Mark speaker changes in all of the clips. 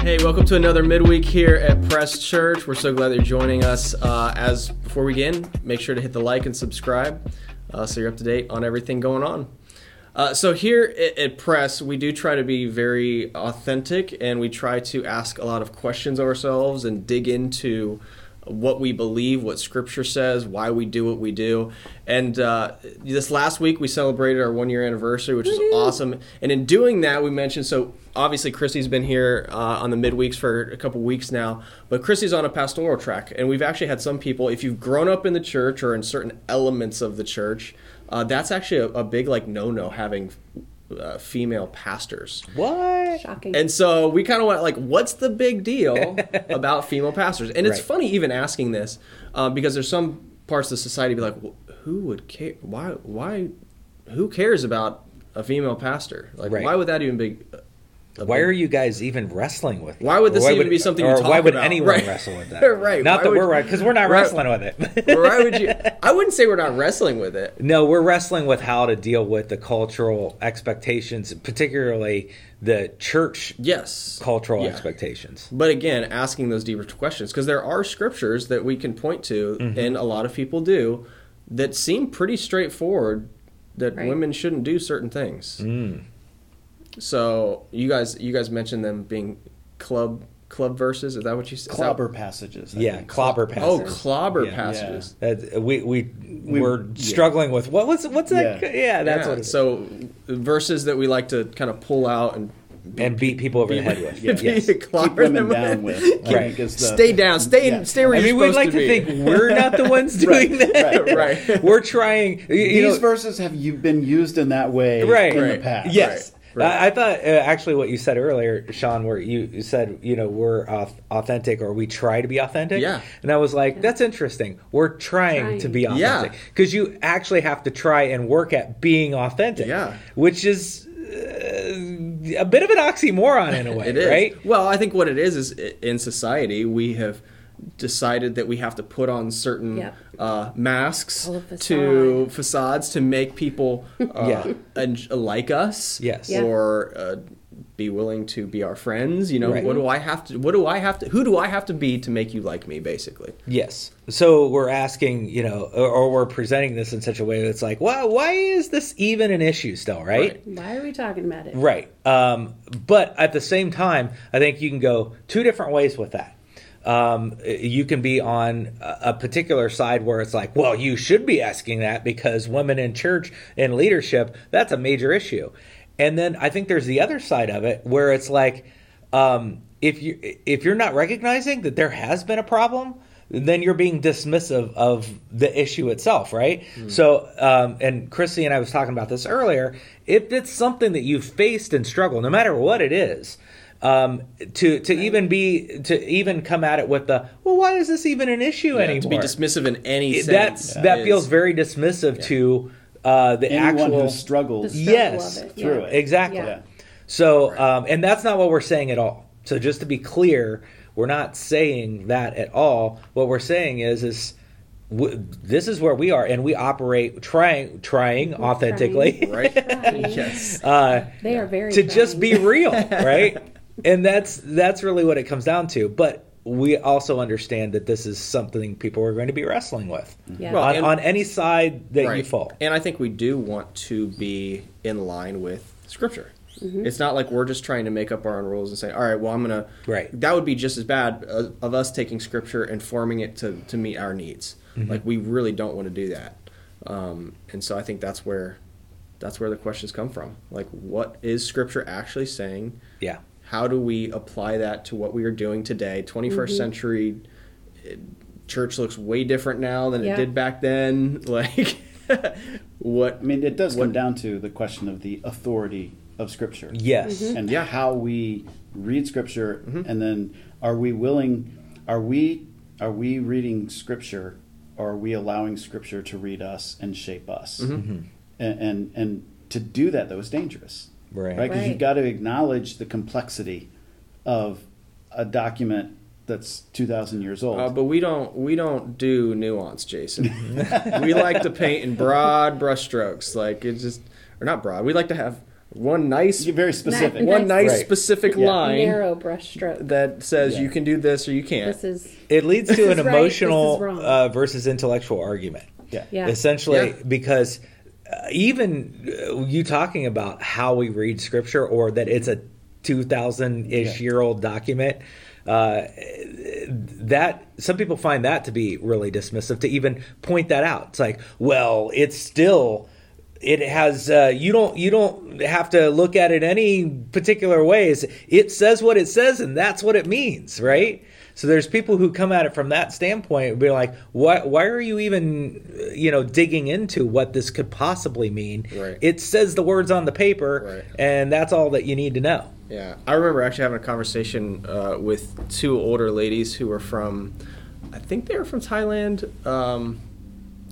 Speaker 1: Hey, welcome to another midweek here at Press Church. We're so glad that you're joining us. Uh, as before we begin, make sure to hit the like and subscribe uh, so you're up to date on everything going on. Uh, so here at, at Press, we do try to be very authentic, and we try to ask a lot of questions of ourselves and dig into what we believe, what Scripture says, why we do what we do. And uh, this last week, we celebrated our one year anniversary, which is awesome. And in doing that, we mentioned so obviously Christy's been here uh, on the midweeks for a couple weeks now, but Christy's on a pastoral track. And we've actually had some people, if you've grown up in the church or in certain elements of the church, uh, that's actually a, a big like no no having uh, female pastors.
Speaker 2: What?
Speaker 3: Shocking.
Speaker 1: And so we kind of went like, what's the big deal about female pastors? And it's
Speaker 2: Right.
Speaker 1: funny even asking this uh, because there's some parts of society be like, "Wh- who would care? Why? Why? Who cares about a female pastor? Like,
Speaker 2: Right.
Speaker 1: why would that even be? a
Speaker 2: Why
Speaker 1: big-
Speaker 2: are you guys even wrestling with that?
Speaker 1: Why would this even be something you
Speaker 2: Or why
Speaker 1: talk
Speaker 2: would
Speaker 1: about?
Speaker 2: anyone
Speaker 1: Right.
Speaker 2: wrestle with that?
Speaker 1: Right.
Speaker 2: Not
Speaker 1: Why
Speaker 2: that
Speaker 1: would-
Speaker 2: we're because we're not
Speaker 1: Right.
Speaker 2: wrestling with it.
Speaker 1: Why would you? I wouldn't say we're not wrestling with it.
Speaker 2: No, we're wrestling with how to deal with the cultural expectations, particularly the church
Speaker 1: Yes.
Speaker 2: cultural
Speaker 1: Yeah.
Speaker 2: expectations.
Speaker 1: But again, asking those deeper questions because there are scriptures that we can point to,
Speaker 2: Mm-hmm.
Speaker 1: and a lot of people do, that seem pretty straightforward that
Speaker 3: Right.
Speaker 1: women shouldn't do certain things.
Speaker 2: Mm.
Speaker 1: So you guys, you guys mentioned them being club club verses. Is that what you said?
Speaker 4: clobber passages. I
Speaker 2: Yeah,
Speaker 4: think.
Speaker 2: clobber
Speaker 1: Oh,
Speaker 2: passages.
Speaker 1: clobber
Speaker 2: Yeah.
Speaker 1: passages.
Speaker 2: That- uh, we we we were
Speaker 4: yeah.
Speaker 2: struggling with what was what's that?
Speaker 4: Yeah.
Speaker 2: Yeah, that's
Speaker 1: Yeah,
Speaker 2: what. It is.
Speaker 1: so verses that we like to kind of pull out and
Speaker 2: and beat people over the head with.
Speaker 4: yeah.
Speaker 2: Yes.
Speaker 1: clobber
Speaker 4: Keep
Speaker 1: them
Speaker 4: women down with. I
Speaker 2: Right.
Speaker 4: think is the-
Speaker 1: Stay down. Stay.
Speaker 4: Yeah.
Speaker 1: Stay where
Speaker 2: I
Speaker 1: you're
Speaker 2: mean, we'd
Speaker 1: supposed
Speaker 2: like to,
Speaker 1: to be.
Speaker 2: think we're not the ones doing that.
Speaker 4: Right.
Speaker 1: right.
Speaker 2: We're trying. You, you
Speaker 4: These
Speaker 2: know,
Speaker 4: verses have you been used in that way
Speaker 2: Right.
Speaker 4: in
Speaker 1: Right.
Speaker 4: the past.
Speaker 2: Yes.
Speaker 1: Right, right.
Speaker 2: I I thought uh, actually what you said earlier, Sean, where you you said you know we're au- authentic or we try to be authentic.
Speaker 1: Yeah.
Speaker 2: And I was like, that's interesting. We're trying,
Speaker 3: Trying.
Speaker 2: to be
Speaker 1: Yeah.
Speaker 2: authentic because you actually have to try and work at being authentic.
Speaker 1: Yeah.
Speaker 2: Which is uh, a bit of an oxymoron in a way,
Speaker 1: It is.
Speaker 2: right?
Speaker 1: Well, I think what it is is i- in society we have decided that we have to put on certain
Speaker 3: Yep.
Speaker 1: uh, masks
Speaker 3: Pull a facade.
Speaker 1: to facades to make people uh,
Speaker 2: Yeah.
Speaker 1: en- like us,
Speaker 2: Yes.
Speaker 3: Yeah.
Speaker 1: or uh, be willing to be our friends. You know,
Speaker 2: Right.
Speaker 1: what do I have to? What do I have to? Who do I have to be to make you like me? Basically,
Speaker 2: Yes. So we're asking, you know, or, or we're presenting this in such a way that's like, wow, why is this even an issue still, right?
Speaker 3: Why are we talking about it?
Speaker 2: Right. Um, but at the same time, I think you can go two different ways with that. Um, you can be on a a particular side where it's like, well, you should be asking that because women in church and leadership, that's a major issue. And then I think there's the other side of it where it's like, um, if you if you're not recognizing that there has been a problem, then you're being dismissive of the issue itself, right?
Speaker 1: Hmm.
Speaker 2: So, um, and Chrissy and I was talking about this earlier. If it's something that you faced and struggle, no matter what it is, um, to to even be to even come at it with the well, why is this even an issue
Speaker 1: Yeah,
Speaker 2: anymore?
Speaker 1: to be dismissive in any
Speaker 2: It-
Speaker 1: sense
Speaker 2: that's that
Speaker 1: is-
Speaker 2: feels very dismissive to uh, the
Speaker 4: Anyone
Speaker 2: actual
Speaker 4: who struggles
Speaker 3: The struggle
Speaker 2: yes
Speaker 3: of it,
Speaker 4: through
Speaker 3: yeah.
Speaker 4: it.
Speaker 2: exactly
Speaker 3: Yeah.
Speaker 2: so um, and that's not what we're saying at all so just to be clear we're not saying that at all what we're saying is is w- this is where we are and we operate trying trying authentically
Speaker 1: right.
Speaker 3: Trying.
Speaker 1: yes.
Speaker 2: uh,
Speaker 3: They are very
Speaker 2: to just
Speaker 3: trying.
Speaker 2: be real right and that's that's really what it comes down to but we also understand that this is something people are going to be wrestling with
Speaker 3: Yeah.
Speaker 1: Well,
Speaker 2: on,
Speaker 1: and-
Speaker 2: on any side that you fall
Speaker 1: And I think we do want to be in line with Scripture. It's not like we're just trying to make up our own rules and say, "All right, well, I'm gonna."
Speaker 2: Right.
Speaker 1: That would be just as bad uh, of us taking Scripture and forming it to to meet our needs.
Speaker 2: Mm-hmm.
Speaker 1: Like we really don't want to do that. Um, and so I think that's where that's where the questions come from. Like, what is Scripture actually saying?
Speaker 2: yeah
Speaker 1: How do we apply that to what we are doing today? 21st century eh, church looks way different now than it
Speaker 3: Yeah.
Speaker 1: did back then. Like, what?
Speaker 4: I mean, it does come down to the question of the authority of Scripture.
Speaker 2: yes
Speaker 3: Mm-hmm.
Speaker 4: and
Speaker 1: Yeah.
Speaker 4: how we read scripture and then are we willing are we are we reading scripture or are we allowing scripture to read us and shape us
Speaker 1: Mm-hmm.
Speaker 4: and, and and to do that though is dangerous
Speaker 2: Right.
Speaker 4: because
Speaker 3: Right.
Speaker 4: you've got to acknowledge the complexity of a document that's 2000 years old
Speaker 1: Uh, but we don't we don't do nuance, Jason. we like to paint in broad brushstrokes. Like it's just or not broad. We like to have one nice
Speaker 4: You're very specific.
Speaker 1: one nice
Speaker 2: Right.
Speaker 1: specific
Speaker 4: Yeah.
Speaker 1: line
Speaker 3: narrow brushstroke.
Speaker 1: that says
Speaker 4: Yeah.
Speaker 1: you can do this or you can't.
Speaker 3: This is
Speaker 2: It leads to an
Speaker 3: is right, this is
Speaker 2: emotional
Speaker 3: wrong.
Speaker 2: uh, versus intellectual argument.
Speaker 4: Yeah.
Speaker 3: yeah.
Speaker 2: essentially
Speaker 1: Yeah.
Speaker 2: because uh, even uh, you talking about how we read scripture or that it's a 2000 ish
Speaker 4: Yeah.
Speaker 2: year old document uh, that some people find that to be really dismissive to even point that out it's like well it's still it has uh, you don't you don't have to look at it any particular ways it says what it says and that's what it means right so there's people who come at it from that standpoint and be like, why, why are you even, you know, digging into what this could possibly mean?
Speaker 1: Right.
Speaker 2: It says the words on the paper,
Speaker 1: Right.
Speaker 2: and that's all that you need to know.
Speaker 1: Yeah, I remember actually having a conversation uh, with two older ladies who were from, I think they were from Thailand. Um,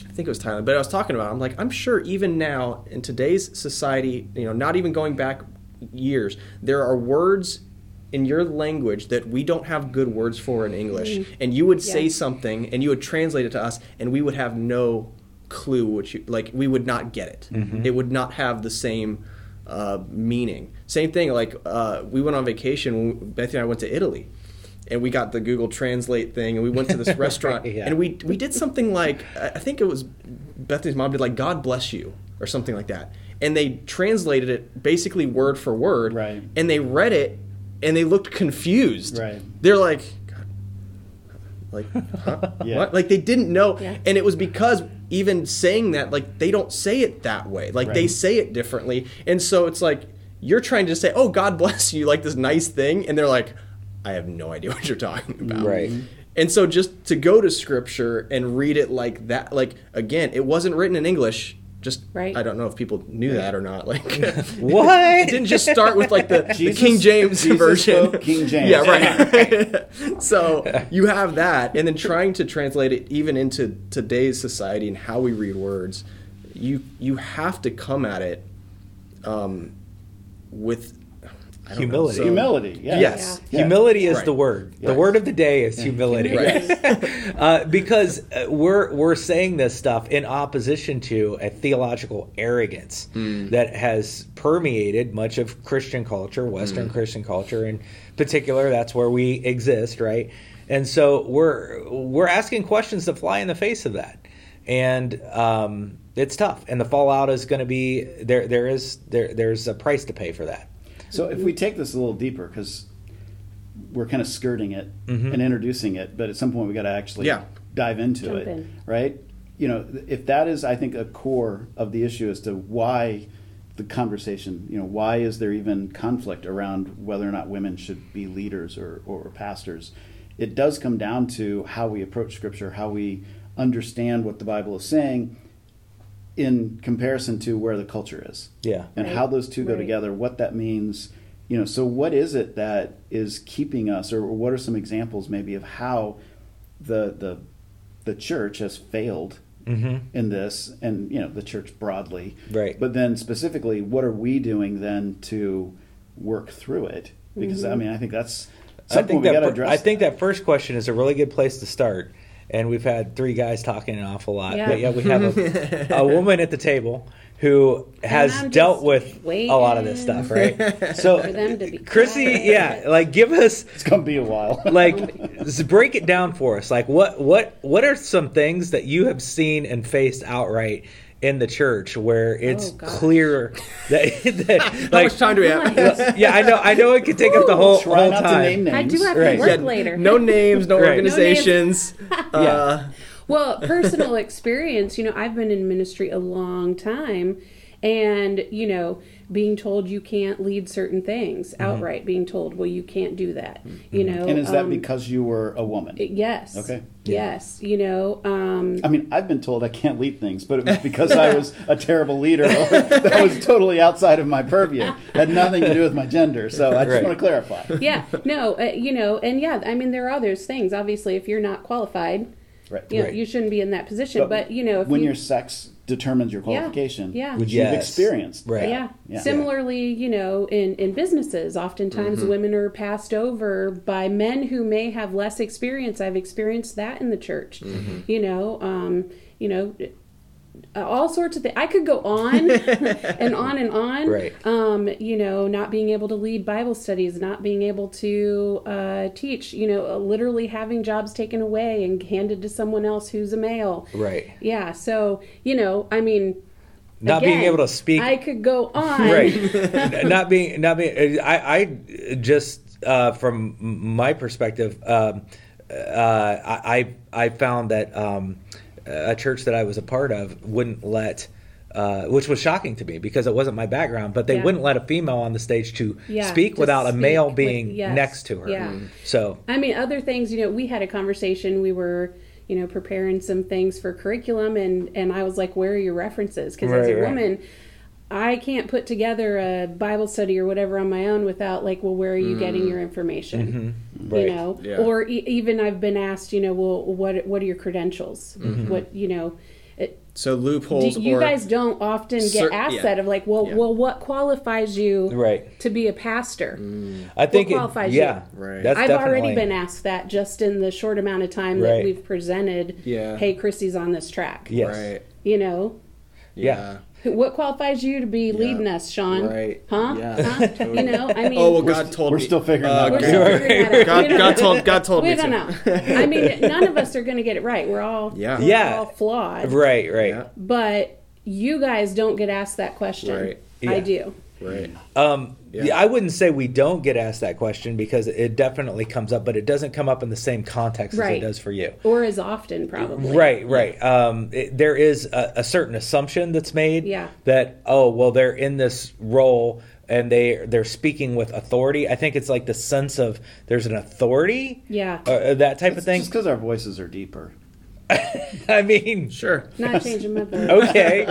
Speaker 1: I think it was Thailand, but I was talking about. it. I'm like, I'm sure even now in today's society, you know, not even going back years, there are words in your language that we don't have good words for in English, and you would say
Speaker 3: Yeah.
Speaker 1: something and you would translate it to us, and we would have no clue what you like. We would not get it.
Speaker 4: Mm-hmm.
Speaker 1: It would not have the same uh, meaning. Same thing. Like uh, we went on vacation. When Bethany and I went to Italy, and we got the Google Translate thing, and we went to this restaurant,
Speaker 2: Yeah.
Speaker 1: and we we did something like I I think it was Bethany's mom did like "God bless you" or something like that, and they translated it basically word for word,
Speaker 4: Right.
Speaker 1: And they read it, and they looked confused,
Speaker 4: Right.
Speaker 1: They're like. "God," Like, huh?
Speaker 4: Yeah.
Speaker 1: What? Like they didn't know,
Speaker 3: Yeah.
Speaker 1: and it was because even saying that, like they don't say it that way. Like they
Speaker 4: Right.
Speaker 1: say it differently, and so it's like you're trying to say, "Oh, God bless you," like this nice thing, and they're like, "I have no idea what you're talking about." Mm-hmm.
Speaker 2: Right.
Speaker 1: And so just to go to scripture and read it like that, like again, it wasn't written in English. Just
Speaker 3: Right.
Speaker 1: I don't know if people knew that or not. Like it
Speaker 2: What?
Speaker 1: didn't just start with like the, the
Speaker 4: Jesus-
Speaker 1: King James
Speaker 4: Jesus
Speaker 1: version.
Speaker 4: spoke King James.
Speaker 1: Yeah, right. so you have that, and then trying to translate it even into today's society and how we read words, you you have to come at it um, with I don't know,
Speaker 2: Humility.
Speaker 1: so-
Speaker 4: Humility. Yeah.
Speaker 1: Yes.
Speaker 4: Yeah.
Speaker 2: Humility is
Speaker 1: Right.
Speaker 2: the word. The
Speaker 4: Right.
Speaker 2: word of the day is humility. uh, because uh, we're we're saying this stuff in opposition to a theological arrogance
Speaker 4: Hmm.
Speaker 2: that has permeated much of Christian culture, Western
Speaker 4: Hmm.
Speaker 2: Christian culture in particular. That's where we exist, right? And so we're we're asking questions that fly in the face of that, and um, it's tough. And the fallout is going to be there. There is there. There's a price to pay for that.
Speaker 4: So if we take this a little deeper, because we're kind of skirting it and introducing it, but at some point we got to actually
Speaker 1: Yeah.
Speaker 4: dive into
Speaker 3: Jump
Speaker 4: it,
Speaker 3: in.
Speaker 4: right? You know, th- if that is, I think, a core of the issue as to why the conversation, you know, why is there even conflict around whether or not women should be leaders or, or pastors? It does come down to how we approach Scripture, how we understand what the Bible is saying in comparison to where the culture is
Speaker 2: Yeah.
Speaker 4: and
Speaker 3: Right.
Speaker 4: how those two go
Speaker 3: Right.
Speaker 4: together, what that means, you know. So, what is it that is keeping us, or what are some examples maybe of how the the the church has failed in this, and you know, the church broadly,
Speaker 2: Mm-hmm. Right.
Speaker 4: But then specifically, what are we doing then to work through it? Because I mean, I think that's something
Speaker 2: Mm-hmm. I think
Speaker 4: we
Speaker 2: that
Speaker 4: got to
Speaker 2: fir-
Speaker 4: address.
Speaker 2: I think that first question is a really good place to start. And we've had three guys talking an awful lot,
Speaker 3: Yeah.
Speaker 2: but yeah, we have a, a woman at the table who has
Speaker 3: I'm
Speaker 2: dealt
Speaker 3: just
Speaker 2: with a lot of this stuff, right? So,
Speaker 3: For them to be
Speaker 2: Chrissy,
Speaker 3: quiet.
Speaker 2: yeah, like give us
Speaker 4: it's gonna be a while.
Speaker 2: like s- break it down for us. Like what what what are some things that you have seen and faced outright in the church where it's
Speaker 3: Oh, gosh.
Speaker 2: clear that, that
Speaker 1: How
Speaker 2: like
Speaker 1: much time do we have?
Speaker 2: yeah, I know I know it could take up the whole,
Speaker 4: Try
Speaker 2: whole
Speaker 4: not
Speaker 2: time.
Speaker 4: to name names.
Speaker 3: I do have
Speaker 2: Right.
Speaker 3: to work
Speaker 1: Yeah,
Speaker 3: later.
Speaker 1: No names, no
Speaker 2: Right. No
Speaker 1: organizations. Uh,
Speaker 3: Well, personal experience, you know, I've been in ministry a long time and, you know, being told you can't lead certain things
Speaker 2: Mm-hmm.
Speaker 3: outright, being told, well, you can't do that, you know.
Speaker 4: and is that
Speaker 3: um,
Speaker 4: because you were a woman?
Speaker 3: Yes.
Speaker 4: Okay.
Speaker 3: Yes, you know, um,
Speaker 4: I mean, I've been told I can't lead things, but it was because I was a terrible leader. that was totally outside of my purview. Had nothing to do with my gender. So I just
Speaker 2: Right.
Speaker 4: want to clarify.
Speaker 3: yeah, no, uh, you know, and yeah, I mean, there are those things. Obviously, if you're not qualified,
Speaker 4: Right.
Speaker 3: you, know,
Speaker 2: Right.
Speaker 3: you shouldn't be in that position. But, you know, if
Speaker 4: when
Speaker 3: you,
Speaker 4: your sex determines your
Speaker 3: Yeah,
Speaker 4: qualification,
Speaker 3: yeah.
Speaker 4: which
Speaker 2: Yes.
Speaker 4: you've experienced,
Speaker 2: Right.
Speaker 3: Yeah.
Speaker 4: Yeah.
Speaker 3: Similarly, you know, in, in businesses, oftentimes
Speaker 2: Mm-hmm.
Speaker 3: women are passed over by men who may have less
Speaker 2: Mm-hmm.
Speaker 3: experience. I've experienced that in the church. You know, um, you know, uh, all sorts of things. I could go on and on and on.
Speaker 2: Right.
Speaker 3: Um, you know, not being able to lead Bible studies, not being able to uh, teach, you know, uh, literally having jobs taken away and handed to someone else who's a male.
Speaker 2: Right.
Speaker 3: Yeah. So, you know, I mean,
Speaker 2: Not being
Speaker 3: again,
Speaker 2: able to speak.
Speaker 3: I could go on.
Speaker 2: right not being not being uh, i i just uh from my perspective um uh i i I found that um a church that i was a part of wouldn't let uh, which was shocking to me because it wasn't my background, but they
Speaker 3: Yeah.
Speaker 2: wouldn't let a female on the stage to
Speaker 3: Yeah,
Speaker 2: speak
Speaker 3: to
Speaker 2: without a
Speaker 3: speak
Speaker 2: male
Speaker 3: with-
Speaker 2: being
Speaker 3: yes,
Speaker 2: next to her.
Speaker 3: yeah.
Speaker 2: So
Speaker 3: I mean, other things, you know, we had a conversation. We were, you know, preparing some things for curriculum, and and I was like, "Where are your references?" Because as a
Speaker 2: Right, right.
Speaker 3: woman, I can't put together a Bible study or whatever on my own without like, "Well, where are you getting your information?"
Speaker 2: Mm-hmm. Right.
Speaker 3: You know,
Speaker 1: Yeah.
Speaker 3: or e- even I've been asked, you know, well, what what are your credentials?
Speaker 2: Mm-hmm.
Speaker 3: What you know. It,
Speaker 1: So
Speaker 3: do,
Speaker 1: loopholes.
Speaker 3: you
Speaker 1: or,
Speaker 3: guys don't often get
Speaker 1: Cer-
Speaker 3: asked
Speaker 1: yeah.
Speaker 3: that of like, well,
Speaker 1: Yeah.
Speaker 3: well, what qualifies you
Speaker 2: Right. Mm.
Speaker 3: to be a pastor?
Speaker 2: I think, it-
Speaker 3: qualifies you?
Speaker 2: yeah,
Speaker 1: Right.
Speaker 2: That's
Speaker 3: I've already
Speaker 2: definitely-
Speaker 3: been asked that just in the short amount of time
Speaker 2: Right.
Speaker 3: that we've presented.
Speaker 1: Yeah.
Speaker 3: Hey, Chrissy's on this track.
Speaker 2: Yes.
Speaker 1: Right.
Speaker 3: You know,
Speaker 2: Yeah.
Speaker 3: what qualifies you to be leading us, Sean?
Speaker 1: Right.
Speaker 3: Huh?
Speaker 1: Yeah.
Speaker 3: Huh?
Speaker 1: Totally.
Speaker 3: You know, I mean,
Speaker 1: Oh well, God told
Speaker 4: we're
Speaker 1: me-
Speaker 4: still figuring that
Speaker 3: we're
Speaker 4: out.
Speaker 1: God-
Speaker 3: still figuring that out.
Speaker 1: God,
Speaker 3: We don't
Speaker 1: God
Speaker 3: know.
Speaker 1: told God told
Speaker 3: We
Speaker 1: me
Speaker 3: don't
Speaker 1: to.
Speaker 3: know. I mean, none of us are going to get it right. We're all
Speaker 1: Yeah.
Speaker 3: we're
Speaker 2: Yeah.
Speaker 3: all flawed.
Speaker 2: Right. Right.
Speaker 1: Yeah.
Speaker 3: But you guys don't get asked that question.
Speaker 1: Right.
Speaker 2: Yeah.
Speaker 3: I do.
Speaker 1: Right.
Speaker 2: Um,
Speaker 1: Yeah.
Speaker 2: yeah, I wouldn't say we don't get asked that question because it definitely comes up, but it doesn't come up in the same context as
Speaker 3: Right.
Speaker 2: it does for you.
Speaker 3: Or as often, probably.
Speaker 2: Right, right. Um, it, there is a, a certain assumption that's made
Speaker 3: Yeah.
Speaker 2: that oh well they're in this role and they they're speaking with authority. I think it's like the sense of there's an authority,
Speaker 3: Yeah.
Speaker 2: uh, uh, that type of
Speaker 4: It's
Speaker 2: thing.
Speaker 4: just because our voices are deeper.
Speaker 2: I mean,
Speaker 1: Sure.
Speaker 3: Not changing my vote.
Speaker 2: okay,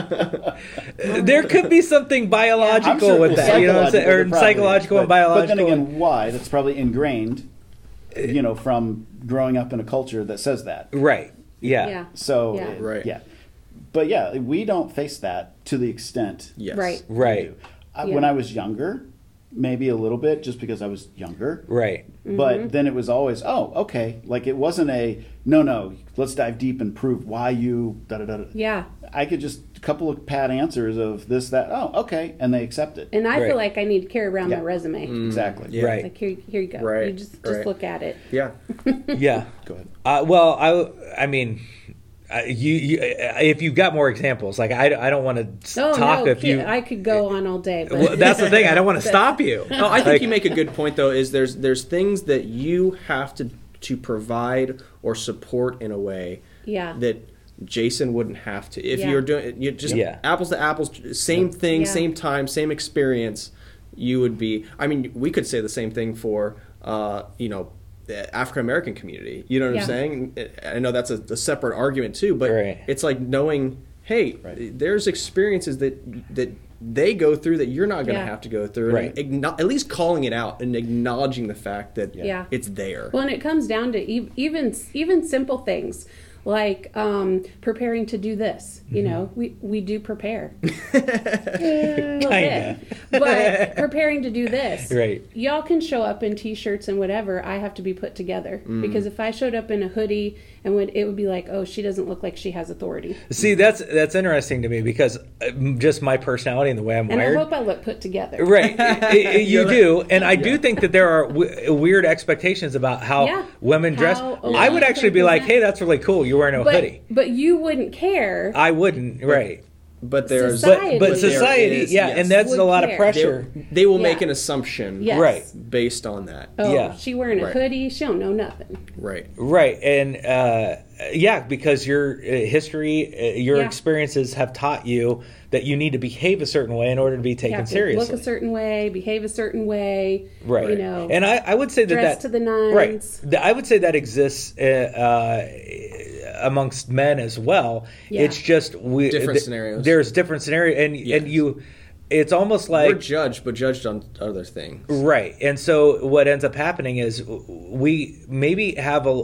Speaker 2: there could be something biological
Speaker 4: sure
Speaker 2: with that, you know, what I'm saying?
Speaker 4: psychological,
Speaker 2: or
Speaker 4: there probably is,
Speaker 2: psychological and
Speaker 4: but-
Speaker 2: biological.
Speaker 4: But then again, why? That's probably ingrained, you know, from growing up in a culture that says that.
Speaker 2: right? Yeah.
Speaker 3: Yeah.
Speaker 4: So,
Speaker 3: Yeah.
Speaker 4: it-
Speaker 1: Right.
Speaker 4: yeah. But yeah, we don't face that to the extent
Speaker 1: Yes.
Speaker 3: Right.
Speaker 4: we
Speaker 2: Right.
Speaker 4: do. I,
Speaker 3: Yeah.
Speaker 4: Uh, When I was younger, maybe a little bit, just because I was younger.
Speaker 2: Right.
Speaker 3: Mm-hmm.
Speaker 4: But then it was always, oh, okay. Like it wasn't a no, no. Let's dive deep and prove why you da da da. da.
Speaker 3: Yeah.
Speaker 4: I could just a couple of pat answers of this that. Oh, okay, and they accept it
Speaker 3: And I
Speaker 2: Right.
Speaker 3: feel like I need to carry around
Speaker 4: Yeah.
Speaker 3: my resume.
Speaker 1: Mm.
Speaker 4: exactly.
Speaker 1: Yeah.
Speaker 2: Right.
Speaker 3: Like here, here you go.
Speaker 1: Right,
Speaker 3: You just just
Speaker 1: right.
Speaker 3: look at it.
Speaker 1: Yeah.
Speaker 2: Yeah.
Speaker 4: Go ahead.
Speaker 2: Uh, well, I, I mean, uh, you, you, uh, if you've got more examples, like I, I don't want to
Speaker 3: Oh
Speaker 2: talk
Speaker 3: no,
Speaker 2: if you.
Speaker 3: I could go on all day. But
Speaker 2: well, that's the thing. I don't want to stop you.
Speaker 1: No, I think
Speaker 2: Like-
Speaker 1: you make a good point though. Is there's there's things that you have to to provide or support in a way
Speaker 3: Yeah.
Speaker 1: that Jason wouldn't have to if
Speaker 3: Yeah.
Speaker 1: you're doing you just
Speaker 2: Yeah.
Speaker 1: apples to apples, same thing,
Speaker 3: Yeah.
Speaker 1: same time, same experience. You would be. I mean, we could say the same thing for uh, you know the African American community. You know what
Speaker 3: Yeah.
Speaker 1: I'm saying? I know that's a, a separate argument too, but
Speaker 2: Right.
Speaker 1: it's like knowing, hey,
Speaker 4: Right.
Speaker 1: there's experiences that that they go through that you're not going to
Speaker 3: Yeah.
Speaker 1: have to go through. and
Speaker 2: Right.
Speaker 1: acknow- at least calling it out and acknowledging the fact that
Speaker 3: Yeah.
Speaker 1: it's there.
Speaker 3: Well, and it comes down to e- even even simple things like um, preparing to do this. You
Speaker 2: Mm-hmm.
Speaker 3: know, we we do prepare. A little
Speaker 2: Kinda.
Speaker 3: bit. but preparing to do this.
Speaker 2: Right.
Speaker 3: Y'all can show up in t-shirts and whatever. I have to be put together
Speaker 2: Mm.
Speaker 3: because if I showed up in a hoodie and would it would be like, oh, she doesn't look like she has authority.
Speaker 2: See, that's that's interesting to me because uh, just my personality and the way I'm
Speaker 3: And
Speaker 2: wired.
Speaker 3: I hope I look put together.
Speaker 2: Right, I- I- you do, and I do think that there are w- uh, weird expectations about how
Speaker 3: Yeah.
Speaker 2: women dress.
Speaker 3: How
Speaker 2: I would
Speaker 3: women
Speaker 2: actually be like,
Speaker 3: present.
Speaker 2: "Hey, that's really cool. You're wearing a
Speaker 3: But,
Speaker 2: hoodie."
Speaker 3: but you wouldn't care.
Speaker 2: I wouldn't, right?
Speaker 1: but there's
Speaker 2: But but
Speaker 3: But there
Speaker 2: society,
Speaker 1: is,
Speaker 2: yeah,
Speaker 1: yes.
Speaker 2: and that's a
Speaker 3: Would
Speaker 2: lot of
Speaker 3: care.
Speaker 2: pressure.
Speaker 1: they, they will make
Speaker 3: Yeah.
Speaker 1: an assumption
Speaker 3: yes.
Speaker 2: right.
Speaker 1: based on that.
Speaker 3: Oh,
Speaker 2: Yeah.
Speaker 3: she wearing a
Speaker 1: Right.
Speaker 3: hoodie. She don't know nothing.
Speaker 1: Right.
Speaker 2: Right, and uh, yeah, because your uh, history, uh, your
Speaker 3: Yeah.
Speaker 2: experiences have taught you that you need to behave a certain way in order to be
Speaker 3: You
Speaker 2: taken
Speaker 3: have to
Speaker 2: seriously.
Speaker 3: look a certain way, behave a certain way.
Speaker 2: right,
Speaker 3: You know.
Speaker 2: and I, I would say that
Speaker 3: dress
Speaker 2: that
Speaker 3: to the
Speaker 2: right,
Speaker 3: nines.
Speaker 2: Th- I would say that exists uh, uh, amongst men as well.
Speaker 3: Yeah.
Speaker 2: It's just we
Speaker 1: Different
Speaker 2: th-
Speaker 1: scenarios.
Speaker 2: There's different scenarios, and and you, it's almost like
Speaker 1: We're judged, but judged on other things.
Speaker 2: Right. And so what ends up happening is we maybe have a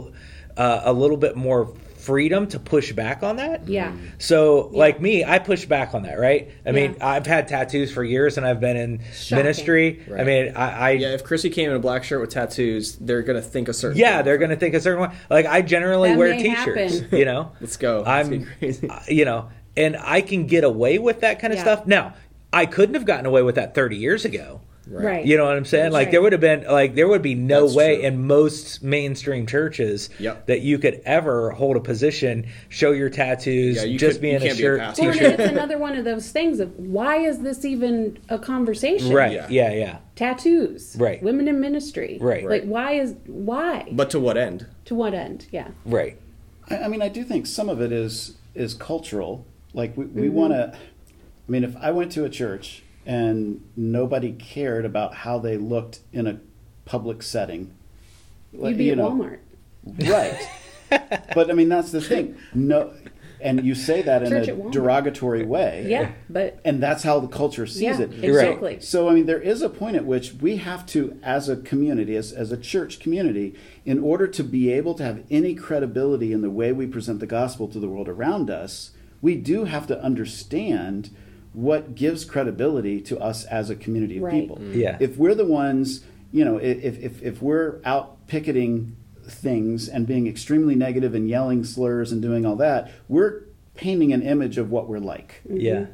Speaker 2: uh, a little bit more freedom to push back on that.
Speaker 3: Yeah.
Speaker 2: So like me, I push back on that, right? I mean,
Speaker 3: Yeah.
Speaker 2: I've had tattoos for years and I've been in
Speaker 3: Shocking.
Speaker 2: ministry. I
Speaker 1: Right.
Speaker 2: mean, I, I
Speaker 1: Yeah,
Speaker 2: yeah,
Speaker 1: if Chrissy came in a black shirt with tattoos, they're gonna think a certain. thing.
Speaker 2: they're going to think a certain way. Like I generally
Speaker 3: That
Speaker 2: wear
Speaker 3: may
Speaker 2: t-shirts,
Speaker 3: happen.
Speaker 2: you know.
Speaker 1: Let's go. Let's
Speaker 2: I'm
Speaker 1: get crazy.
Speaker 2: uh, you know, and I can get away with that kind of
Speaker 3: Yeah.
Speaker 2: stuff. Now, I couldn't have gotten away with that 30 years ago.
Speaker 3: Right.
Speaker 2: You know what I'm saying? like
Speaker 3: right.
Speaker 2: there would have been like there would be no
Speaker 1: That's
Speaker 2: way
Speaker 1: true.
Speaker 2: in most mainstream churches
Speaker 1: Yep.
Speaker 2: that you could ever hold a position, show your tattoos,
Speaker 1: Yeah, you
Speaker 2: just
Speaker 1: could-
Speaker 2: be
Speaker 1: you
Speaker 2: in a
Speaker 1: can't be a
Speaker 2: shirt,
Speaker 1: pastor.
Speaker 3: Well, and
Speaker 2: t-shirt.
Speaker 3: it's another one of those things of why is this even a conversation?
Speaker 2: right.
Speaker 1: Yeah.
Speaker 2: Yeah, yeah. yeah.
Speaker 3: Tattoos.
Speaker 2: Right.
Speaker 3: Women in ministry.
Speaker 2: Right.
Speaker 1: Right.
Speaker 3: Like why is why?
Speaker 1: But to what end?
Speaker 3: to what end? Yeah.
Speaker 2: Right.
Speaker 4: I, I mean, I do think some of it is is cultural. Like we,
Speaker 3: Mm-hmm.
Speaker 4: we want to. I mean, if I went to a church and nobody cared about how they looked in a public setting, like,
Speaker 3: You'd be
Speaker 4: you
Speaker 3: at
Speaker 4: know,
Speaker 3: Walmart.
Speaker 4: right? but I mean, that's the thing. No, and you say that in
Speaker 3: Church
Speaker 4: a
Speaker 3: at Walmart.
Speaker 4: derogatory way.
Speaker 3: Yeah, but
Speaker 4: and that's how the culture sees
Speaker 3: Yeah,
Speaker 4: it.
Speaker 3: You're
Speaker 2: right.
Speaker 3: exactly.
Speaker 4: So, so, I mean, there is a point at which we have to, as a community, as, as a church community, in order to be able to have any credibility in the way we present the gospel to the world around us, we do have to understand what gives credibility to us as a community of
Speaker 3: Right.
Speaker 4: people.
Speaker 2: Yeah.
Speaker 4: If we're the ones, you know, i- if, if, if we're out picketing things and being extremely negative and yelling slurs and doing all that, we're painting an image of what we're like.
Speaker 2: Yeah.
Speaker 3: Mm-hmm.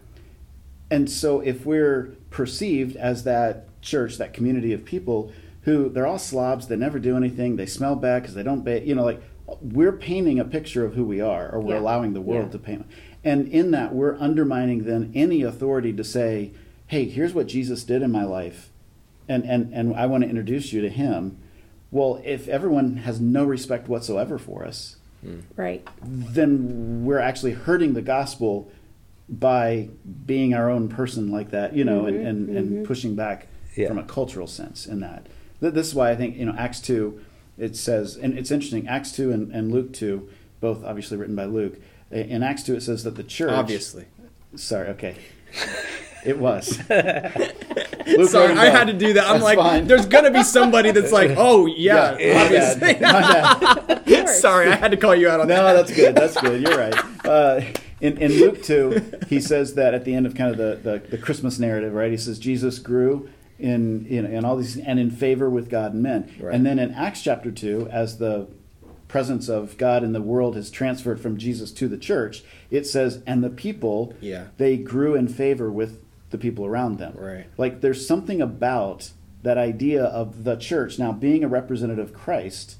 Speaker 4: And so if we're perceived as that church, that community of people who they're all slobs, they never do anything, they smell bad because they don't bathe, you know, like we're painting a picture of who we are or we're
Speaker 3: Yeah.
Speaker 4: allowing the world
Speaker 3: Yeah.
Speaker 4: to paint. And in that, we're undermining then any authority to say, hey, here's what Jesus did in my life and, and, and I want to introduce you to him. Well, if everyone has no respect whatsoever for us,
Speaker 3: right.
Speaker 4: then we're actually hurting the gospel by being our own person like that, you know, and, and, and pushing back
Speaker 2: Yeah.
Speaker 4: from a cultural sense in that. Th- This is why I think, you know, Acts 2, it says, and it's interesting, Acts 2 and, and Luke 2, both obviously written by Luke. I- In Acts 2, it says that the church.
Speaker 1: Obviously.
Speaker 4: Sorry, okay. It was.
Speaker 1: Sorry, I had to do that. I'm like, there's gonna be somebody that's like, oh yeah,
Speaker 4: Yeah.
Speaker 1: obviously. Sorry, I had to call you out on that.
Speaker 4: No, that's good. That's good. You're right. Uh, in, in Luke 2, he says that at the end of kind of the, the, the Christmas narrative, right? He says Jesus grew in, in, in all these and in favor with God and men.
Speaker 1: Right.
Speaker 4: And then in Acts chapter 2, as the presence of God in the world is transferred from Jesus to the church, it says, and the people,
Speaker 1: Yeah.
Speaker 4: they grew in favor with the people around them.
Speaker 1: Right.
Speaker 4: Like there's something about that idea of the church now being a representative of Christ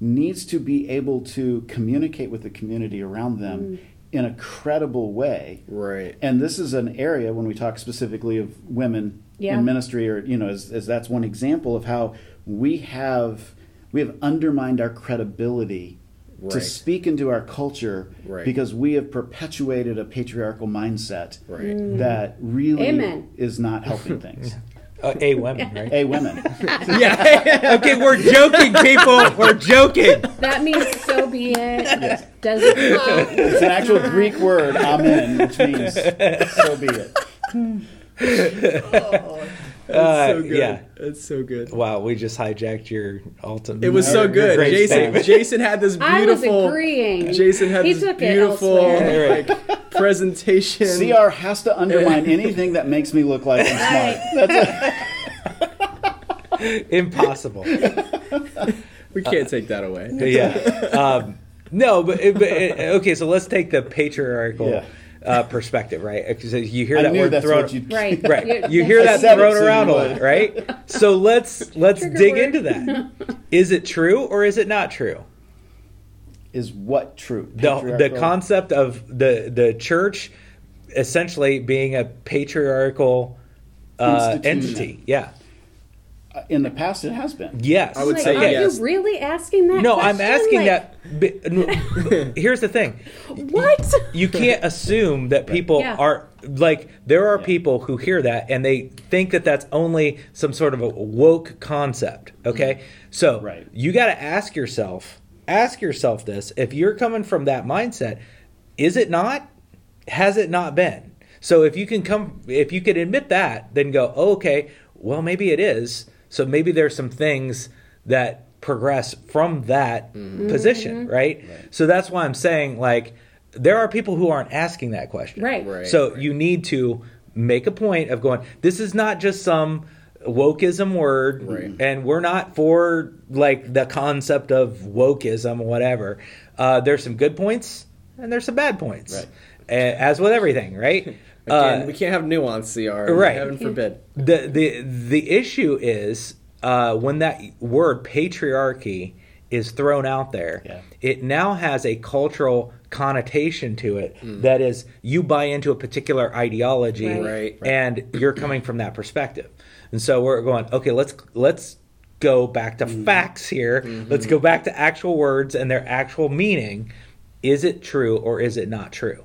Speaker 4: needs to be able to communicate with the community around them in a credible way.
Speaker 1: Mm. Right.
Speaker 4: And this is an area when we talk specifically of women
Speaker 3: Yeah.
Speaker 4: in ministry or you know as, as that's one example of how we have we have undermined our credibility to
Speaker 1: Right.
Speaker 4: speak into our culture
Speaker 1: Right.
Speaker 4: because we have perpetuated a patriarchal mindset
Speaker 1: Right. Mm.
Speaker 2: Mm-hmm.
Speaker 4: that really
Speaker 3: Amen.
Speaker 4: is not helping things.
Speaker 2: Uh, a women, right?
Speaker 4: hey, women.
Speaker 1: Yeah.
Speaker 2: Okay, we're joking, people. We're joking.
Speaker 3: That means so be it. Doesn't
Speaker 4: It's an actual Greek word, amen, which means so be it.
Speaker 2: Uh,
Speaker 1: so good.
Speaker 2: yeah.
Speaker 1: It's so good.
Speaker 2: Wow, we just hijacked your ultimate.
Speaker 1: It was so
Speaker 2: your
Speaker 1: good.
Speaker 2: great
Speaker 1: Jason
Speaker 2: statement.
Speaker 1: Jason had this
Speaker 3: I was
Speaker 1: beautiful
Speaker 3: agreeing.
Speaker 1: Jason had
Speaker 3: He
Speaker 1: this
Speaker 3: took it
Speaker 1: beautiful
Speaker 3: elsewhere.
Speaker 1: like presentation.
Speaker 4: CR has to undermine anything that makes me look like I'm smart.
Speaker 2: Impossible.
Speaker 1: we can't take that away.
Speaker 2: yeah. Um, no, but, it, but it, okay. So let's take the patriarchal
Speaker 4: Yeah.
Speaker 2: uh, perspective, right? 'Cause you hear
Speaker 4: I
Speaker 2: that
Speaker 4: knew
Speaker 2: word
Speaker 4: that's
Speaker 2: thrown.
Speaker 4: what you'd
Speaker 3: Right.
Speaker 2: right.
Speaker 3: You're-
Speaker 2: You hear
Speaker 4: I
Speaker 2: that
Speaker 4: said it
Speaker 2: thrown
Speaker 4: so you
Speaker 2: around a
Speaker 4: would.
Speaker 2: lot, right? So let's let's
Speaker 3: Trigger
Speaker 2: dig
Speaker 3: word.
Speaker 2: into that. Is it true or is it not true?
Speaker 4: Is what true?
Speaker 2: The the
Speaker 4: Patriarchal-
Speaker 2: concept of the the church essentially being a patriarchal uh,
Speaker 4: Institution.
Speaker 2: entity. Yeah.
Speaker 4: uh, in the past it has been.
Speaker 2: Yes.
Speaker 1: I would
Speaker 3: like,
Speaker 1: say
Speaker 3: are
Speaker 1: yes.
Speaker 3: you really asking that?
Speaker 2: no, I'm
Speaker 3: question?
Speaker 2: asking
Speaker 3: Like,
Speaker 2: that. be- n- Here's the thing.
Speaker 3: What?
Speaker 2: you can't assume that people
Speaker 3: Yeah.
Speaker 2: are like there are
Speaker 4: Yeah.
Speaker 2: people who hear that and they think that that's only some sort of a woke concept okay so
Speaker 4: Right.
Speaker 2: you got to ask yourself ask yourself this if you're coming from that mindset is it not has it not been so if you can come if you could admit that then go oh, okay well maybe it is so maybe there's some things that progress from that position right? so that's why i'm saying like there are people who aren't asking that question
Speaker 3: Right.
Speaker 1: Right.
Speaker 2: so you need to make a point of going this is not just some wokeism word
Speaker 1: Right.
Speaker 2: and we're not for like the concept of wokeism whatever uh, there's some good points and there's some bad points
Speaker 4: Right.
Speaker 2: as with everything, right?
Speaker 1: Again,
Speaker 2: Uh,
Speaker 1: we can't have nuance, CR.
Speaker 2: right.
Speaker 1: Heaven forbid.
Speaker 2: the the the issue is uh, when that word patriarchy is thrown out there,
Speaker 4: Yeah.
Speaker 2: it now has a cultural connotation to it that is you buy into a particular ideology
Speaker 3: Right.
Speaker 1: Right, right.
Speaker 2: and you're coming from that perspective. And so we're going, okay, let's let's go back to facts here. Let's go back to actual words and their actual meaning. Is it true or is it not true?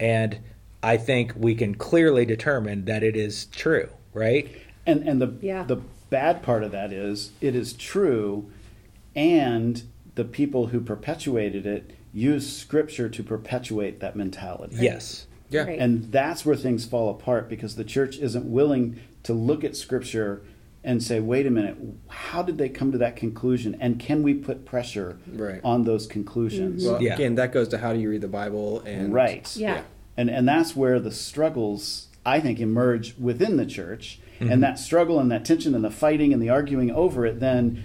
Speaker 2: And I think we can clearly determine that it is true, right?
Speaker 4: And and the
Speaker 3: Yeah.
Speaker 4: the bad part of that is it is true, and the people who perpetuated it use scripture to perpetuate that mentality.
Speaker 2: Yes.
Speaker 1: Yeah.
Speaker 3: Right.
Speaker 4: And that's where things fall apart because the church isn't willing to look at scripture and say, wait a minute, how did they come to that conclusion? And can we put pressure
Speaker 1: Right.
Speaker 4: on those conclusions?
Speaker 1: Well,
Speaker 2: Yeah.
Speaker 1: again, that goes to how do you read the Bible and
Speaker 4: Right.
Speaker 3: Yeah.
Speaker 4: And and that's where the struggles I think emerge within the church.
Speaker 1: Mm-hmm.
Speaker 4: And that struggle and that tension and the fighting and the arguing over it then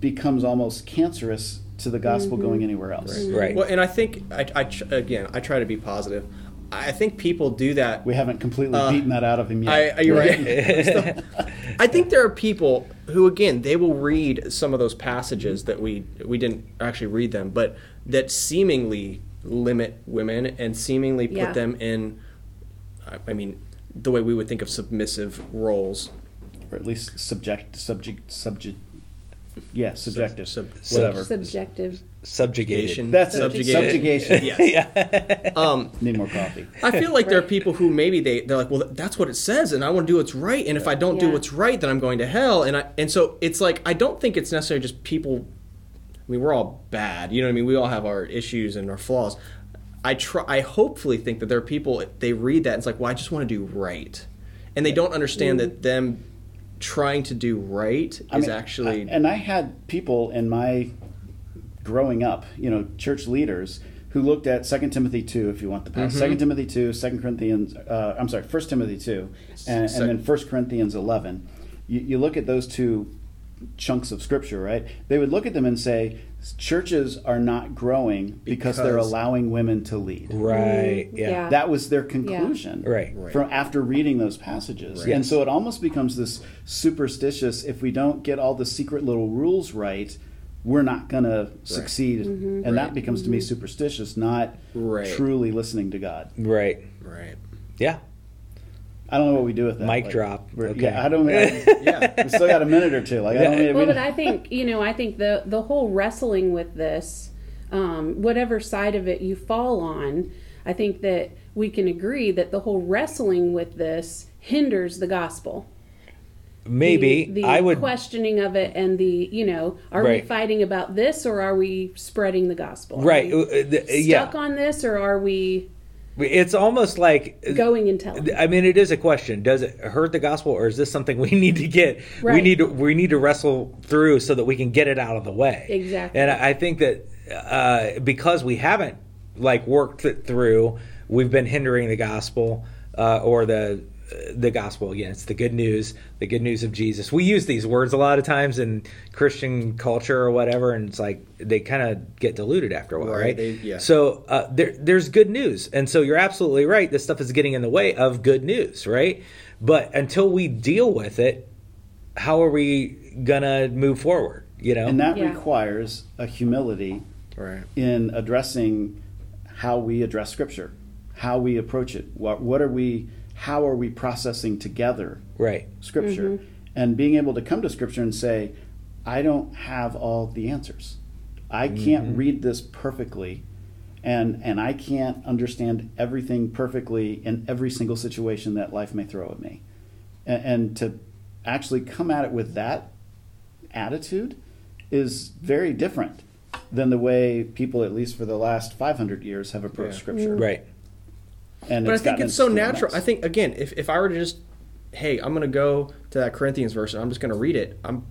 Speaker 4: becomes almost cancerous to the gospel going anywhere else.
Speaker 2: Right.
Speaker 1: Well, and I think I, I tr- again, I try to be positive. I I think people do that.
Speaker 4: We haven't completely
Speaker 1: Uh,
Speaker 4: beaten that out of him yet.
Speaker 1: I, are you right? I think there are people who, again, they will read some of those passages that we we didn't actually read them, but that seemingly limit women and seemingly put
Speaker 3: Yeah.
Speaker 1: them in. I- I mean, the way we would think of submissive roles.
Speaker 4: or at least subject subject subject yeah, subjective.
Speaker 1: sub-
Speaker 4: whatever.
Speaker 3: Subjective.
Speaker 2: Subjugation.
Speaker 4: that's
Speaker 1: Subjugation.
Speaker 4: subjugation. subjugation.
Speaker 1: Yes.
Speaker 4: Need more coffee.
Speaker 1: I feel like there are people who maybe they they're like, well, that's what it says, and I want to do what's right, and if I don't do
Speaker 3: Yeah.
Speaker 1: what's right, then I'm going to hell, and I and so it's like I don't think it's necessarily just people. I mean, we're all bad, you know what I mean. We all have our issues and our flaws. I try. I hopefully think that there are people they read that and it's like, well, I just want to do right, and they don't understand that them trying to do right is
Speaker 4: Mm. I mean,
Speaker 1: actually
Speaker 4: I- and I had people in my growing up, you know, church leaders who looked at 2 Timothy 2 if you want the
Speaker 1: Mm-hmm.
Speaker 4: past. 2 Timothy 2, 2 Corinthians uh, I'm sorry, 1 Timothy 2 and,
Speaker 1: Sec-
Speaker 4: and then 1 Corinthians 11. You, you look at those two chunks of scripture, right? They would look at them and say churches are not growing because, they're
Speaker 1: Because-
Speaker 4: allowing women to lead.
Speaker 2: Right. Yeah.
Speaker 3: Yeah.
Speaker 4: That was their conclusion.
Speaker 2: Right.
Speaker 1: Right.
Speaker 4: From after reading those passages. And so it almost becomes this superstitious if we don't get all the secret little rules right, we're not going to succeed.
Speaker 3: Mm-hmm.
Speaker 4: And that becomes to me superstitious, not
Speaker 1: Right.
Speaker 4: truly listening to God.
Speaker 2: Right.
Speaker 1: right.
Speaker 2: Yeah.
Speaker 4: I don't know what we do with that.
Speaker 2: Mic drop.
Speaker 4: we're-
Speaker 2: Okay.
Speaker 4: Yeah, I don't I,
Speaker 1: Yeah.
Speaker 4: we still got a minute or two. Like, I don't
Speaker 2: Yeah.
Speaker 4: mean,
Speaker 3: Well, but I think you know, I think the the whole wrestling with this, um, whatever side of it you fall on, I think that we can agree that the whole wrestling with this hinders the gospel.
Speaker 2: Maybe
Speaker 3: the, the
Speaker 2: I would.
Speaker 3: questioning of it and the you know, are
Speaker 2: Right.
Speaker 3: we fighting about this or are we spreading the gospel? Are
Speaker 2: Right.
Speaker 3: we
Speaker 2: uh, uh, the- yeah.
Speaker 3: Stuck on this or are we
Speaker 2: It's almost like
Speaker 3: going and telling?
Speaker 2: I mean, it is a question. Does it hurt the gospel, or is this something we need to get? We
Speaker 3: Right.
Speaker 2: need to we need to wrestle through so that we can get it out of the way.
Speaker 3: Exactly.
Speaker 2: And I I think that uh, because we haven't like worked it through, we've been hindering the gospel uh, or the the gospel again. It's the good news, the good news of Jesus. We use these words a lot of times in Christian culture or whatever, and it's like they kind of get diluted after a while, right?
Speaker 1: Right, they- yeah.
Speaker 2: So so uh, there, there's good news, and so you're absolutely right. This stuff is getting in the way of good news, right? But until we deal with it, how are we gonna move forward? You know,
Speaker 4: and that
Speaker 3: Yeah.
Speaker 4: requires a humility
Speaker 1: Right.
Speaker 4: in addressing how we address scripture, how we approach it, what, what are we, how are we processing together
Speaker 2: right?
Speaker 4: scripture,
Speaker 1: Mm-hmm.
Speaker 4: and being able to come to scripture and say, I don't have all the answers. I can't
Speaker 1: Mm-hmm.
Speaker 4: read this perfectly, and and I can't understand everything perfectly in every single situation that life may throw at me, and, and to actually come at it with that attitude is very different than the way people, at least for the last 500 years, have approached
Speaker 1: Yeah. Mm.
Speaker 4: scripture.
Speaker 2: Right.
Speaker 4: And
Speaker 1: But I think
Speaker 4: gotten
Speaker 1: it's so
Speaker 4: to the
Speaker 1: natural.
Speaker 4: next.
Speaker 1: I think again, if, if I were to just, hey, I'm gonna go to that Corinthians verse and I'm just gonna read it, I'm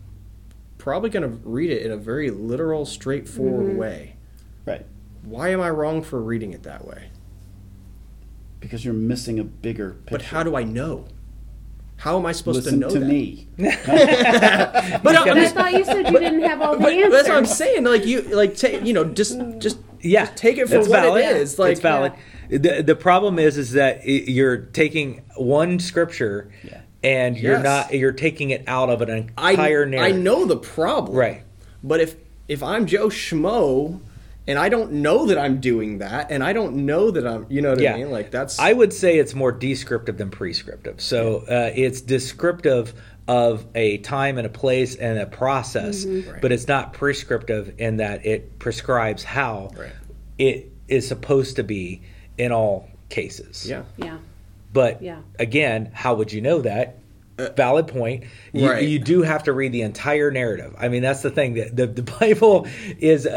Speaker 1: probably gonna read it in a very literal, straightforward
Speaker 4: Mm-hmm.
Speaker 1: way.
Speaker 4: right
Speaker 1: Why am I wrong for reading it that way?
Speaker 4: because you're missing a bigger picture.
Speaker 1: But how do I know? How am I supposed to
Speaker 4: Listen
Speaker 1: know
Speaker 4: to
Speaker 1: that?
Speaker 4: me.
Speaker 1: But I'm
Speaker 3: But I
Speaker 1: just-
Speaker 3: thought you said you didn't have all the
Speaker 1: but
Speaker 3: answers.
Speaker 1: that's what I'm saying. Like you, like ta- you know, just just
Speaker 2: Yeah.
Speaker 1: just take it for
Speaker 2: That's
Speaker 1: what
Speaker 2: valid.
Speaker 1: it is. Like
Speaker 2: it's valid. the the problem is is that i- you're taking one scripture
Speaker 4: Yeah.
Speaker 2: and you're
Speaker 1: Yes.
Speaker 2: not you're taking it out of an
Speaker 1: I,
Speaker 2: entire
Speaker 1: I
Speaker 2: narrative.
Speaker 1: know the problem.
Speaker 2: Right.
Speaker 1: But if if I'm Joe Schmo and I don't know that I'm doing that and I don't know that I'm you know what I mean? Like that's
Speaker 2: I would say it's more descriptive than prescriptive. So uh, it's descriptive of a time and a place and a process,
Speaker 1: Mm-hmm.
Speaker 2: but it's not prescriptive in that it prescribes how
Speaker 1: Right.
Speaker 2: it is supposed to be in all cases.
Speaker 1: yeah.
Speaker 3: Yeah.
Speaker 2: But
Speaker 3: Yeah.
Speaker 2: again, how would you know that? Valid point. You,
Speaker 1: Uh, right.
Speaker 2: you do have to read the entire narrative. I mean, that's the thing. The, the, the Bible is a,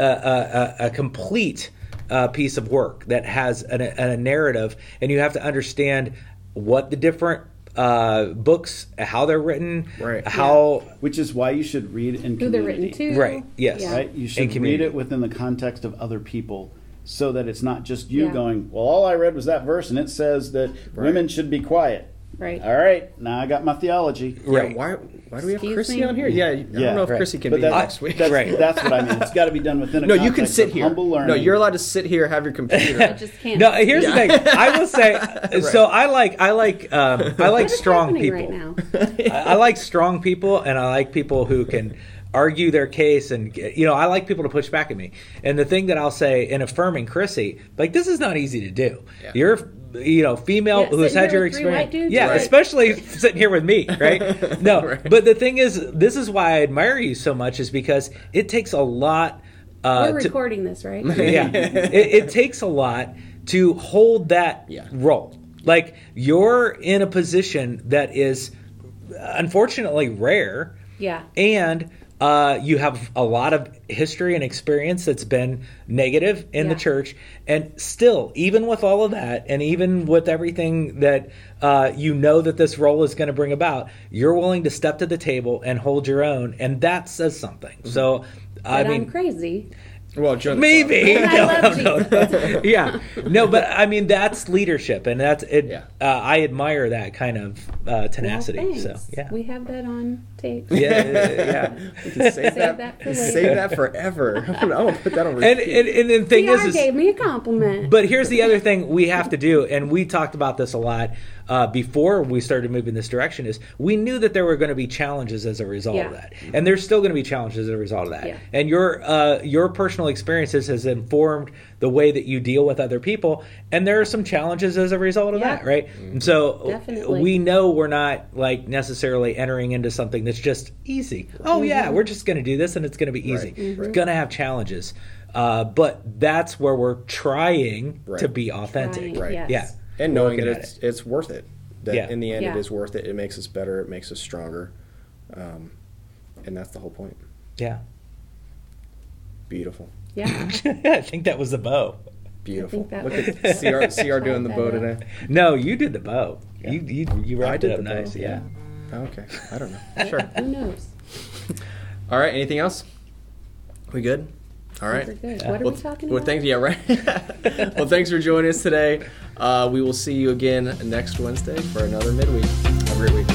Speaker 2: a, a, a complete uh, piece of work that has an, a, a narrative, and you have to understand what the different uh, books, how they're written,
Speaker 1: Right.
Speaker 2: how
Speaker 4: which is why you should read in
Speaker 3: Who
Speaker 4: community.
Speaker 3: they're written to.
Speaker 2: Right, yes.
Speaker 3: Yeah.
Speaker 4: right? You should read
Speaker 2: community.
Speaker 4: it within the context of other people so that it's not just you
Speaker 3: Yeah.
Speaker 4: going, well, all I read was that verse and it says that women should be quiet.
Speaker 3: Right.
Speaker 4: All right, now I got my theology.
Speaker 1: Yeah,
Speaker 2: Right.
Speaker 1: why why do we have
Speaker 3: Excuse
Speaker 1: Chrissy
Speaker 3: me?
Speaker 1: on here? Yeah, I don't know if
Speaker 4: right.
Speaker 1: Chrissy can
Speaker 4: But
Speaker 1: be
Speaker 4: that-
Speaker 1: next week.
Speaker 4: That's,
Speaker 2: Right.
Speaker 4: that's what I mean. It's got to be done within a
Speaker 1: No, you
Speaker 4: context
Speaker 1: can sit
Speaker 4: of
Speaker 1: here.
Speaker 4: humble learning.
Speaker 1: No, you're allowed to sit here, have your
Speaker 3: I
Speaker 1: computer.
Speaker 3: just can't.
Speaker 2: No, here's the thing. I will say. So I like I like um, I like
Speaker 3: What is
Speaker 2: strong
Speaker 3: happening
Speaker 2: people.
Speaker 3: right now.
Speaker 2: I, I like strong people, and I like people who can argue their case, and get- you know, I like people to push back at me. And the thing that I'll say in affirming Chrissy, like this is not easy to do.
Speaker 1: Yeah.
Speaker 2: You're you know, female
Speaker 3: Yeah,
Speaker 2: who's
Speaker 3: sitting
Speaker 2: had
Speaker 3: here
Speaker 2: your
Speaker 3: with three white
Speaker 2: experience.
Speaker 3: dudes,
Speaker 2: yeah,
Speaker 3: right.
Speaker 2: especially sitting here with me, right? No, but the thing is, this is why I admire you so much, is because it takes a lot. Uh,
Speaker 3: We're
Speaker 2: to-
Speaker 3: recording this, right?
Speaker 2: yeah. it, it takes a lot to hold that
Speaker 1: Yeah.
Speaker 2: role. Like you're in a position that is unfortunately rare.
Speaker 3: Yeah.
Speaker 2: And uh, you have a lot of history and experience that's been negative in the
Speaker 3: Yeah.
Speaker 2: church. And still, even with all of that, and even with everything that uh, you know that this role is going to bring about, you're willing to step to the table and hold your own. And that says something. So, I
Speaker 3: But I
Speaker 2: mean,
Speaker 3: am crazy.
Speaker 1: well, Joe,
Speaker 2: Maybe.
Speaker 3: And I
Speaker 2: No,
Speaker 3: love
Speaker 2: no,
Speaker 3: Jesus.
Speaker 2: no. yeah. No, but I mean that's leadership, and that's it.
Speaker 1: Yeah.
Speaker 2: Uh, I admire that kind of uh, tenacity.
Speaker 3: Well,
Speaker 2: so
Speaker 3: thanks.
Speaker 2: yeah.
Speaker 3: We have that on tape.
Speaker 2: yeah, yeah, yeah.
Speaker 1: You can save, that,
Speaker 3: that for later.
Speaker 1: save that forever. I'm gonna put that on
Speaker 2: And,
Speaker 1: repeat.
Speaker 2: and and the thing
Speaker 3: PR
Speaker 2: is, is,
Speaker 3: gave me a compliment.
Speaker 2: but here's the other thing we have to do, and we talked about this a lot uh, before we started moving this direction. Is we knew that there were going to be challenges as a result of
Speaker 3: Yeah.
Speaker 2: that, and there's still going to be challenges as a result of that.
Speaker 3: Yeah.
Speaker 2: And your uh, your personal experiences has informed the way that you deal with other people, and there are some challenges as a result of
Speaker 3: Yeah.
Speaker 2: that, right? And so
Speaker 3: Definitely.
Speaker 2: we know we're not like necessarily entering into something that's just easy. Oh yeah,
Speaker 3: Mm-hmm.
Speaker 2: we're just going to do this and it's going to be easy.
Speaker 1: Right,
Speaker 2: It's going to have challenges, uh, but that's where we're trying
Speaker 1: Right.
Speaker 2: to be authentic.
Speaker 3: Trying,
Speaker 1: Right.
Speaker 3: yes.
Speaker 2: Yeah.
Speaker 1: and knowing
Speaker 2: working
Speaker 1: that
Speaker 2: at
Speaker 1: it's, it's worth it. That
Speaker 2: Yeah.
Speaker 1: in the end, it
Speaker 3: Yeah.
Speaker 1: is worth it. It makes us better. It makes us stronger. Um, and that's the whole point.
Speaker 2: Yeah.
Speaker 1: Beautiful,
Speaker 3: Yeah.
Speaker 2: I think that was the bow.
Speaker 1: beautiful.
Speaker 3: that
Speaker 1: Look
Speaker 3: was-
Speaker 1: at CR CR doing the bow
Speaker 3: that
Speaker 1: today.
Speaker 2: No, you did the bow. You you you
Speaker 1: I
Speaker 2: wrapped
Speaker 1: did
Speaker 2: it up
Speaker 1: the bow,
Speaker 2: nice. Yeah.
Speaker 1: Oh, okay, I don't know. Sure.
Speaker 3: Who knows?
Speaker 1: All right. Anything else? We good? All right.
Speaker 3: We're good. What are
Speaker 1: well,
Speaker 3: we talking
Speaker 1: well,
Speaker 3: about?
Speaker 1: thanks. Yeah, right. well, thanks for joining us today. Uh, we will see you again next Wednesday for another midweek. Have a great week.